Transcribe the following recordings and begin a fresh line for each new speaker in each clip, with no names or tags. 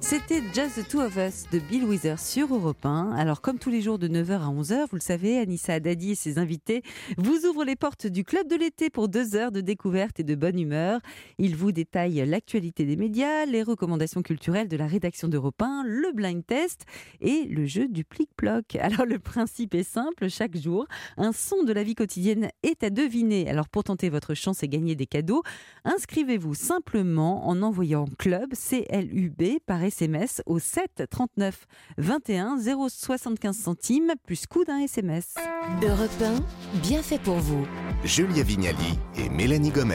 C'était Just the Two of Us de Bill Withers sur Europe 1. Alors, comme tous les jours de 9h à 11h, vous le savez, Anissa Haddadi et ses invités vous ouvrent les portes du club de l'été pour deux heures de découverte et de bonne humeur. Ils vous détaillent l'actualité des médias, les recommandations culturelles de la rédaction d'Europe 1, le blind test et le jeu du plic-ploc. Alors, le principe est simple. Chaque jour, un son de la vie quotidienne est à deviner. Alors, pour tenter votre chance et gagner des cadeaux, inscrivez-vous simplement en envoyant club, C-L-U-B, par SMS au 7 39 21 075 centimes plus coût d'un SMS.
Europe 1, bien fait pour vous.
Julia Vignali et Mélanie Gomez.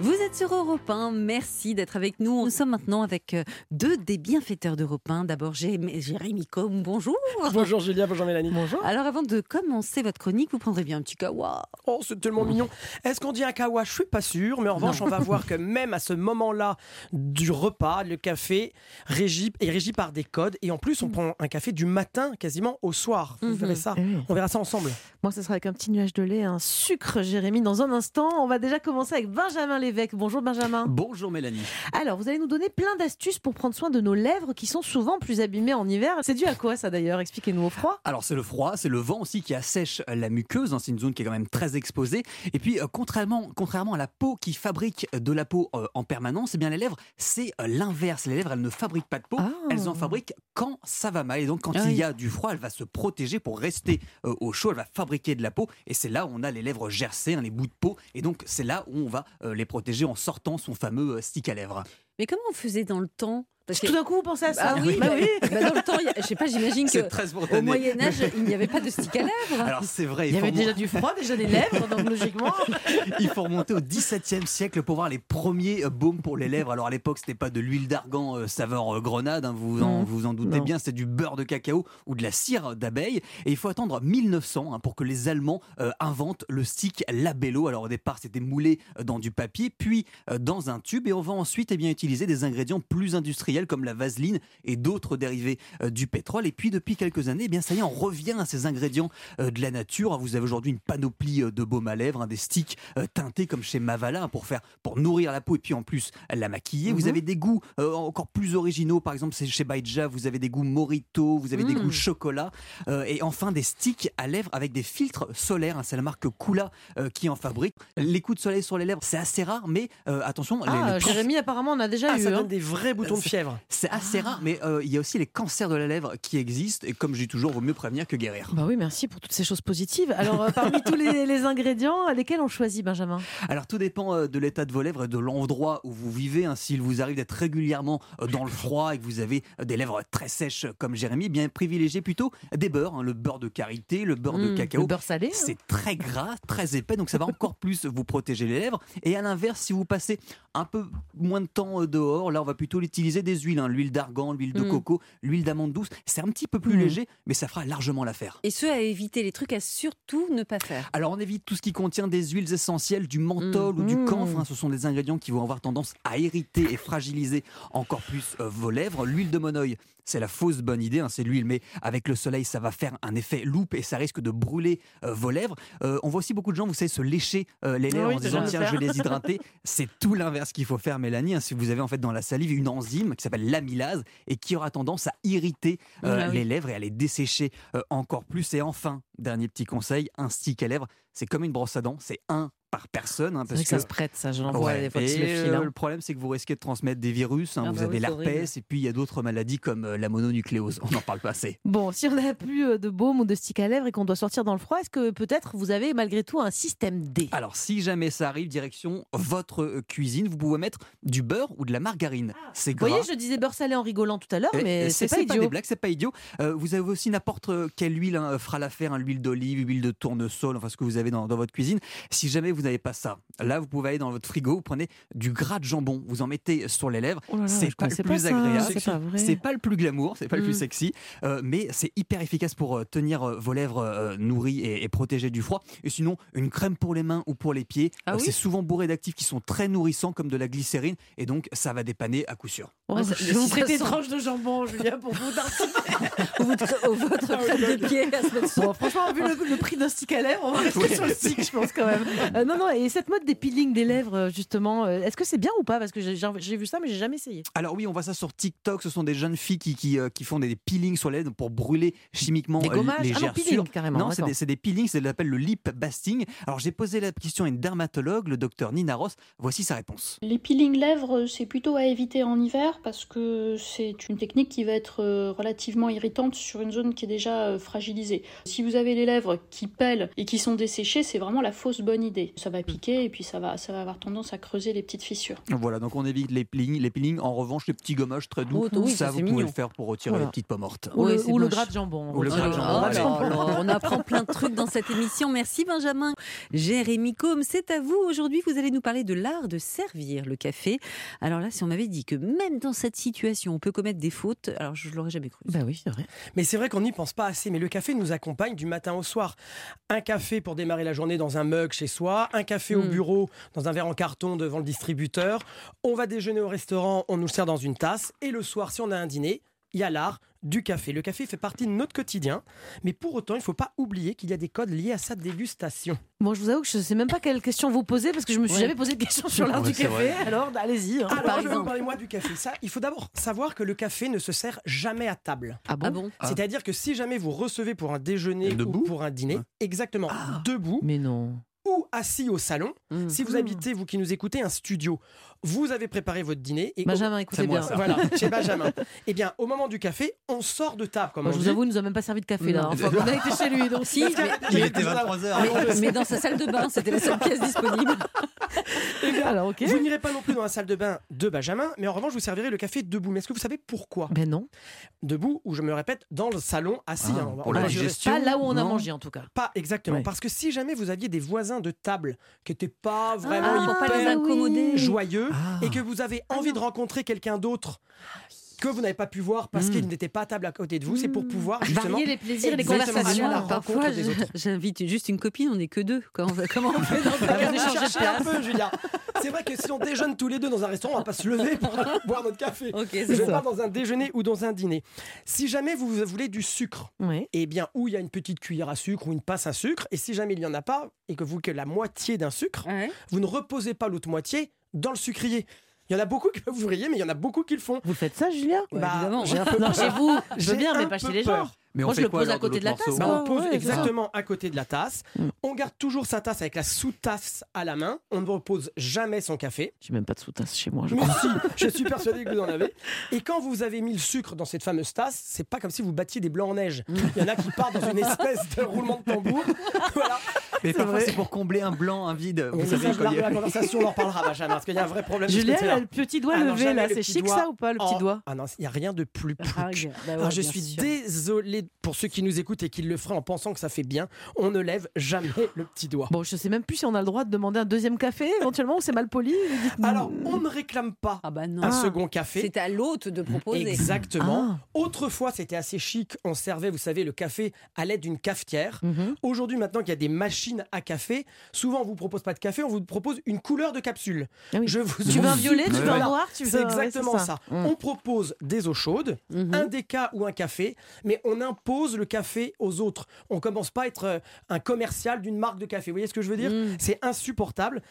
Vous êtes sur Europe 1, merci d'être avec nous. Nous sommes maintenant avec euh, deux des bienfaiteurs d'Europe 1. D'abord, Jé- Jérémy Combe, bonjour.
Bonjour Julia, bonjour Mélanie. Bonjour.
Alors, avant de commencer votre chronique, vous prendrez bien un petit kawa.
Oh, c'est tellement mignon. Est-ce qu'on dit un kawa Je suis pas sûr, mais en revanche, on va voir que même à ce moment-là du repas, le café régi, est régi par des codes. Et en plus, on prend un café du matin quasiment au soir. Vous
Mhm.
verrez ça.
Eh oui.
On verra ça ensemble.
Moi, ce sera avec un petit nuage de lait, un sucre, Jérémy, dans un instant. On va déjà commencer avec Benjamin Lévesque. Bonjour, Benjamin.
Bonjour Mélanie.
Alors, vous allez nous donner plein d'astuces pour prendre soin de nos lèvres qui sont souvent plus abîmées en hiver. C'est dû à quoi, ça d'ailleurs Expliquez-nous au froid.
Alors c'est le froid, c'est le vent aussi qui assèche la muqueuse, hein, c'est une zone qui est quand même très exposée. Et puis euh, contrairement, contrairement à la peau qui fabrique de la peau euh, en permanence, eh bien les lèvres c'est euh, l'inverse. Les lèvres elles ne fabriquent pas de peau,
Ah.
elles en fabriquent quand ça va mal. Et donc quand
Ah
il
oui.
y a du froid, elle va se protéger pour rester euh, au chaud, elle va fabriquer de la peau. Et c'est là où on a les lèvres gercées, hein, les bouts de peau. Et donc c'est là où on va euh, les protéger en sortant son fameux euh, stick à lèvres.
Mais comment on faisait dans le temps Parce que-
Tout d'un coup, vous pensez à ça
Ah oui, bah oui. Bah, dans le temps, il y a- je sais pas, j'imagine que
C'est très
au
spontané.
Moyen Âge, il n'y avait pas de stick à lèvres.
Alors c'est vrai.
Il y
faut
avait
moi-
déjà du froid, déjà des lèvres, donc logiquement.
Il faut remonter au XVIIe siècle pour voir les premiers euh, baumes pour les lèvres. Alors à l'époque, c'était pas de l'huile d'argan euh, saveur euh, grenade, hein, vous en,
Non.
vous vous en doutez
Non.
bien, c'est du beurre de cacao ou de la cire d'abeille. Et il faut attendre 1900 hein, pour que les Allemands euh, inventent le stick labello. Alors au départ, c'était moulé euh, dans du papier, puis euh, dans un tube. Et on va ensuite eh bien, utiliser des ingrédients plus industriels comme la vaseline et d'autres dérivés euh, du pétrole. Et puis depuis quelques années, eh bien, ça y est, on revient à ces ingrédients euh, de la nature. Vous avez aujourd'hui une panoplie euh, de baumes à lèvres, hein, des sticks euh, teintés comme chez Mavala hein, pour faire pour nourrir la peau et puis en plus la maquiller. Vous
Mhm.
avez des goûts euh, encore plus originaux, par exemple c'est chez Baija, vous avez des goûts morito, vous avez des
Mm.
goûts chocolat euh, et enfin des sticks à lèvres avec des filtres solaires. hein. c'est la marque Kula euh, qui en fabrique. Les coups de soleil sur les lèvres, c'est assez rare, mais euh, attention, les-
Ah,
les-
Jérémy, apparemment, on a déjà
Ah,
eu.
ça
hein.
donne des vrais boutons de fièvre.
c'est assez
Ah.
rare, mais euh, il y a aussi les cancers de la lèvre qui existent et comme je dis toujours, vaut mieux prévenir que guérir.
Bah oui, merci pour toutes ces choses positives. Alors, euh, parmi tous les, les ingrédients, lesquels on choisit, Benjamin
Alors tout dépend euh, de l'état de vos lèvres et de l'endroit où vous vivez. hein. S'il vous arrive d'être régulièrement euh, dans le froid et que vous avez euh, des lèvres très sèches euh, comme Jérémy, eh bien privilégiez plutôt des beurres, hein. le beurre de karité, le beurre de
Mmh,
cacao.
Le beurre salé. hein.
C'est très gras, très épais, donc ça va encore plus vous protéger les lèvres. Et à l'inverse, si vous passez un peu moins de temps euh, dehors, là on va plutôt utiliser des huiles, hein. l'huile d'argan, l'huile de
Mm.
coco, l'huile d'amande douce. C'est un petit peu plus
Mm.
léger, mais ça fera largement l'affaire.
Et ce, à éviter les trucs à surtout ne pas faire.
Alors on évite tout ce qui contient des huiles essentielles, du menthol ou du
Mmh.
camphre. hein. Ce sont des ingrédients qui vont avoir tendance à irriter et fragiliser encore plus euh, vos lèvres. L'huile de monoï, c'est la fausse bonne idée, hein, c'est l'huile, mais avec le soleil, ça va faire un effet loupe et ça risque de brûler euh, vos lèvres. Euh, on voit aussi beaucoup de gens, vous savez, se lécher euh, les lèvres
Oui,
en
c'est
disant
bien de
tiens,
faire.
je vais les hydrater. C'est tout l'inverse qu'il faut faire, Mélanie. hein. si vous avez en fait dans la salive une enzyme qui s'appelle l'amylase et qui aura tendance à irriter euh,
bah
Ah oui.
les lèvres et à les dessécher euh, encore plus. Et enfin, dernier petit conseil, un stick à lèvres, c'est comme une brosse à dents, c'est un par personne. hein,
C'est vrai
parce
que ça se prête, ça. Je l'envoie
Ouais,
des fois que je
et,
le file.
euh,
hein.
le problème, c'est que vous risquez de transmettre des virus. hein,
Ah
vous
bah oui,
avez
c'est
l'herpès,
horrible.
et puis il y a d'autres maladies comme euh, la mononucléose. On n'en parle pas assez.
Bon, si on n'a plus euh, de baume ou de stick à lèvres et qu'on doit sortir dans le froid, est-ce que peut-être vous avez malgré tout un système D
Alors, si jamais ça arrive, direction votre euh, cuisine, vous pouvez mettre du beurre ou de la margarine. C'est
Ah, Vous
gras.
voyez, je disais beurre salé en rigolant tout à l'heure,
Et-
mais
et
c'est pas idiot.
des blagues, Eh, c'est pas idiot. Euh, vous avez aussi n'importe euh, quelle huile hein, fera l'affaire, hein, l'huile d'olive, l'huile de tournesol, enfin ce que vous avez dans, dans votre cuisine. Si jamais vous n'avez pas ça, là vous pouvez aller dans votre frigo, vous prenez du gras de jambon, vous en mettez sur les lèvres.
Oh là là,
c'est
je
pas le
connaissais
plus
ça,
agréable.
C'est pas vrai.
C'est pas le plus glamour, c'est pas le plus
Mm.
sexy, euh, mais c'est hyper efficace pour euh, tenir euh, vos lèvres euh, nourries et, et protégées du froid. Et sinon, une crème pour les mains ou pour les pieds, Euh,
Ah oui
c'est souvent bourré d'actifs qui sont très nourrissants comme de la glycérine, et donc ça va dépanner à coup sûr.
Oh,
Ouais, ça-
je vais vous
si ça
prêter une
sent-
tranche de jambon, Julien, pour vous.
Ou votre, ou votre crêpe de pied à se mettre sur-
Bon, franchement, vu le, le prix d'un stick à lèvres, on va rester
Ouais.
sur le stick, je pense quand même. Euh, non, Non, non, et cette mode des peelings des lèvres, euh, justement, euh, est-ce que c'est bien ou pas Parce que j'ai- j'ai j'ai vu ça, mais j'ai jamais essayé.
Alors oui, on voit ça sur TikTok. Ce sont des jeunes filles qui, qui, euh, qui font des peelings sur les lèvres pour brûler chimiquement
Des
euh,
gommages
les
Ah non, peeling,
gerçures.
carrément,
Non, c'est
d'accord.
des, c'est des peelings, c'est ce qu'on appelle le lip basting. Alors j'ai posé la question à une dermatologue, le docteur Nina Ross. Voici sa réponse.
Les peelings lèvres, c'est plutôt à éviter en hiver parce que c'est une technique qui va être euh, relativement irritante sur une zone qui est déjà euh, fragilisée. Si vous avez les lèvres qui pèlent et qui sont desséchées, c'est vraiment la fausse bonne idée. Ça va piquer et puis ça va, ça va avoir tendance à creuser les petites fissures.
Voilà, donc on évite les peelings. Les peelings, en revanche, les petits gommages très doux,
Oh, oui,
ça,
ça,
vous
c'est
pouvez
mignon.
le faire pour retirer
Voilà.
les petites peaux mortes.
Ou,
Ouais,
le,
c'est
ou le
moche.
gratte jambon.
Ou le
Oh
gratte
là
jambon,
Ah,
là,
allez.
oh là là, on apprend plein de trucs dans cette émission. Merci Benjamin. Jérémy Combe, c'est à vous. Aujourd'hui, vous allez nous parler de l'art de servir le café. Alors là, si on m'avait dit que même dans cette situation, on peut commettre des fautes, alors je ne l'aurais jamais cru.
Bah oui, c'est vrai.
Mais c'est vrai qu'on n'y pense pas assez. Mais le café nous accompagne du matin au soir. Un café pour démarrer la journée dans un mug chez soi, un café au
Hmm.
Mm.
bureau dans un verre en carton devant le distributeur. On va déjeuner au restaurant, on nous le sert dans une tasse. Et le soir, si on a un dîner, il y a l'art du café. Le café fait partie de notre quotidien. Mais pour autant, il ne faut pas oublier qu'il y a des codes liés à sa dégustation.
Bon, je vous avoue que je sais même pas quelle question vous poser parce que je me suis jamais posé de question sur l'art
Ouais,
du
c'est
café.
vrai.
Alors, allez-y. hein.
Alors, je vais vous
exemple.
parler moi du café. Ça, il faut d'abord savoir que le café ne se sert jamais à table.
Ah
Ah bon
Ah.
C'est-à-dire que si jamais vous recevez pour un déjeuner
Debout
ou pour un dîner,
Ouais. Ah.
exactement, debout
Mais non.
ou assis au salon,
Mm.
si vous habitez, vous qui nous écoutez, un studio, vous avez préparé votre dîner et
Benjamin, écoutez
C'est moi,
bien.
ça.
voilà, chez Benjamin. Eh bien, au moment du café, on sort de table, comme
Moi,
on
je vous
dit.
avoue, il nous a même pas servi de café là.
Non.
Enfin, on a été chez lui, donc
Si, mais,
Il était
Ah,
23h.
mais- mais dans sa salle de bain, c'était la seule pièce disponible.
Alors, ok.
Vous n'irez pas non plus dans la salle de bain de Benjamin, mais en revanche, vous servirez le café debout. Mais est-ce que vous savez pourquoi
Ben non.
Debout, ou je me répète, dans le salon, assis. hein, on va-
pour
on
la
va jurer.
digestion.
Ah, Pas là où on a
Non.
mangé en tout cas.
Pas exactement.
Ouais.
Parce que si jamais vous aviez des voisins de table qui n'étaient pas vraiment
Ah, pour
hyper
pas les incommoder.
joyeux
Ah.
et que vous avez envie de rencontrer quelqu'un d'autre que vous n'avez pas pu voir parce
Mm.
qu'il n'était pas à table à côté de vous, c'est pour pouvoir justement
Varier les plaisirs et les
Exactement.
conversations.
à la rencontre
parfois,
des
je-
autres.
j'invite juste une copine, on n'est que deux. Comment on fait- comment on fait dans
Ah,
un
mais
café
cherchez un peu, Julia. C'est vrai que si on déjeune tous les deux dans un restaurant, on va pas se lever pour aller boire notre café.
Ok,
Je
c'est ça.
parle dans un déjeuner ou dans un dîner. Si jamais vous voulez du sucre,
Ouais.
eh bien, ou il y a une petite cuillère à sucre ou une passe à sucre, et si jamais il n'y en a pas, et que vous que la moitié d'un sucre,
Ouais.
vous ne reposez pas l'autre moitié dans le sucrier. Il y en a beaucoup qui peuvent vous riez, mais il y en a beaucoup qui le font.
Vous faites ça, Julia
Ouais,
Bah,
évidemment.
j'ai un peu
Non,
peur.
chez vous, je veux
J'ai
bien, mais
un
pas chez
peu
les
peur.
gens. Moi, je le pose à côté de la tasse,
Bah,
quoi.
on pose
ouais, c'est ça.
exactement à côté de la tasse.
Mm.
On garde toujours sa tasse avec la sous-tasse à la main. On ne repose jamais son café.
J'ai même pas de sous-tasse chez moi. je
Mais
crois.
si, je suis persuadé que vous en avez. Et quand vous avez mis le sucre dans cette fameuse tasse, c'est pas comme si vous battiez des blancs en neige. Il y en a qui partent dans une espèce de roulement de tambour. Voilà.
Mais parfois,
vrai.
c'est pour combler un blanc, un vide.
Mais
Vous
ça,
savez,
je largue
collier.
la conversation, on en reparlera, Benjamin, parce qu'il y a un vrai problème. de ce
Julia, elle
côté-là.
a le petit doigt
Ah non,
levé
jamais
là.
le
C'est
petit
chic
doigt.
ça ou pas, le petit
Oh,
doigt Ah
Ah non, il n'y a rien de plus plouc.
bah ouais,
Alors, je
bien
suis
sûr.
désolé pour ceux qui nous écoutent et qui le feraient en pensant que ça fait bien. On ne lève jamais le petit doigt.
Bon, je sais même plus si on a le droit de demander un deuxième café, éventuellement, ou c'est mal poli.
Alors, on ne réclame pas
Ah bah non.
un second café.
C'est à l'hôte de proposer.
Exactement.
Ah.
Autrefois, c'était assez chic. On servait, vous savez, le café à l'aide d'une cafetière.
Mhm.
Aujourd'hui, maintenant qu'il y a des machines à café, souvent on vous propose pas de café, on vous propose une couleur de capsule.
Ah oui.
Je vous
Tu veux un
supplie.
violet, tu veux un
Voilà.
noir, tu veux
C'est
ouais,
exactement ça.
Mm.
On propose des eaux chaudes,
Hmm.
Mhm.
un déca ou un café, mais on impose le café aux autres. On commence pas à être euh, un commercial d'une marque de café. Vous voyez ce que je veux dire
Mm.
C'est insupportable.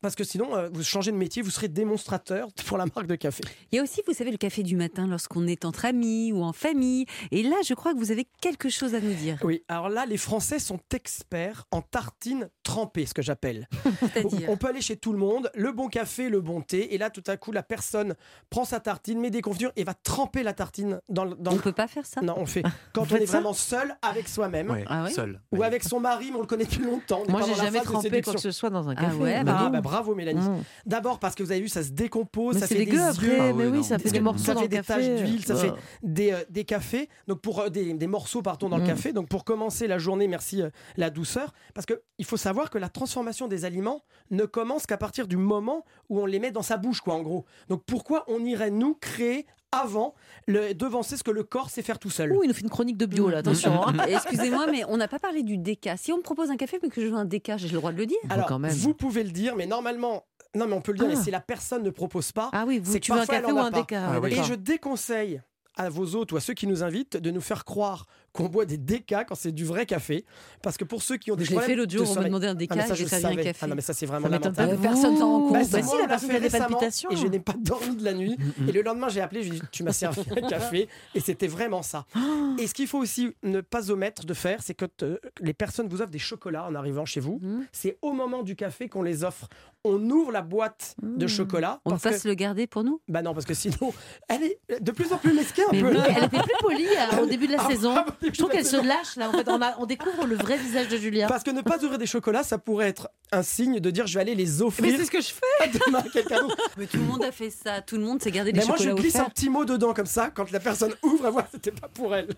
Parce que sinon, euh, vous changez de métier, vous serez démonstrateur pour la marque de café.
Il y a aussi, vous savez, le café du matin lorsqu'on est entre amis ou en famille. Et là, je crois que vous avez quelque chose à nous dire.
Oui, alors là, les Français sont experts en tartines trempées, ce que j'appelle.
C'est-à-dire.
On peut aller chez tout le monde, le bon café, le bon thé, et là, tout à coup, la personne prend sa tartine, met des confitures et va tremper la tartine dans le. Dans
On
le-
ne peut pas faire ça
Non, on fait.
Ah. Vous
Quand on
faites
est
ça
vraiment seul avec soi-même.
Ouais,
Ah ouais
seul.
Ou avec son mari, mais on le connaît depuis longtemps. on n'est
Moi,
pas
j'ai
dans la
jamais
phase de
trempé Eh
séduction.
quoi que ce soit dans un
Ah
café.
ouais,
Ah,
non.
bah, bravo, Mélanie.
ben, Mm.
D'abord, parce que vous avez vu, ça se décompose,
Mais
ça
c'est
fait des
dégueu après,
yeux,
Ah
mais
ouais,
oui,
non.
ça fait
Ça
des
fait
morceaux dans le
des
café.
taches d'huile, ça
Ouais.
fait des, euh, des cafés, donc pour euh, des, des morceaux pardon dans le
Mm.
café. Donc pour commencer la journée, merci euh, la douceur, parce que il faut savoir que la transformation des aliments ne commence qu'à partir du moment où on les met dans sa bouche, quoi, en gros. Donc pourquoi on irait nous créer avant le devancer ce que le corps sait faire tout seul
Ouh, il nous fait une chronique de bio là, attention. hein.
Et Excusez-moi, mais on n'a pas parlé du déca. Si on me propose un café, mais que je veux un déca, j'ai le droit de le dire.
Alors
quand même.
vous pouvez le dire, mais normalement, non, mais on peut le dire,
Ah.
mais si la personne ne propose pas,
Ah oui, vous,
C'est
tu veux un
parfois, elle
café
en
ou
a
un
pas.
déca
Ah oui.
Et je déconseille à vos hôtes ou à ceux qui nous invitent de nous faire croire qu'on boit des décas quand c'est du vrai café. Parce que pour ceux qui ont des
Je l'ai
problèmes
fait l'autre jour,
de
on m'a
sommeil-
demandé un
Ah, mais
déca,
ça,
j'ai
je
servi un
savais.
café.
Ah non, mais ça, c'est vraiment
Ça m'étonne
lamentable.
pas.
Personne s'en rend compte.
Bah,
Bah, si,
c'est moi,
la
on l'a
personne
fait
qui a des Mm,
récemment,
palpitations.
Et je n'ai pas dormi de la nuit. Et le lendemain, j'ai appelé, je lui ai dit Tu m'as servi un café. Et c'était vraiment ça.
Ah.
Et ce qu'il faut aussi ne pas omettre de faire, c'est que euh, les personnes vous offrent des chocolats en arrivant chez vous.
Mhm.
C'est au moment du café qu'on les offre. On ouvre la boîte de
Mhm.
chocolat.
On
parce
passe
que...
le garder pour nous
Bah non, parce que sinon, elle est de plus en plus mesquin un
Mais
peu.
oui, elle était plus polie euh, au début de la
Ah,
saison.
ah, bah,
Je trouve qu'elle se lâche là. En fait, on, a- on découvre le vrai visage de Julia.
Parce que ne pas ouvrir des chocolats, ça pourrait être un signe de dire je vais aller
Eh ben,
les offrir
ce que je fais.
à demain à quelqu'un d'autre.
Mais tout le monde a fait ça, tout le monde s'est gardé
Mais moi, je glisse un petit mot dedans comme ça, quand la personne ouvre, elle voit que c'était pas pour elle.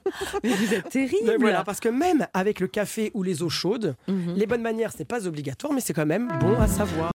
vous êtes terrible
Mais voilà, parce que même avec le café ou les eaux chaudes, les bonnes manières, c'est pas obligatoire, mais c'est quand même bon à savoir.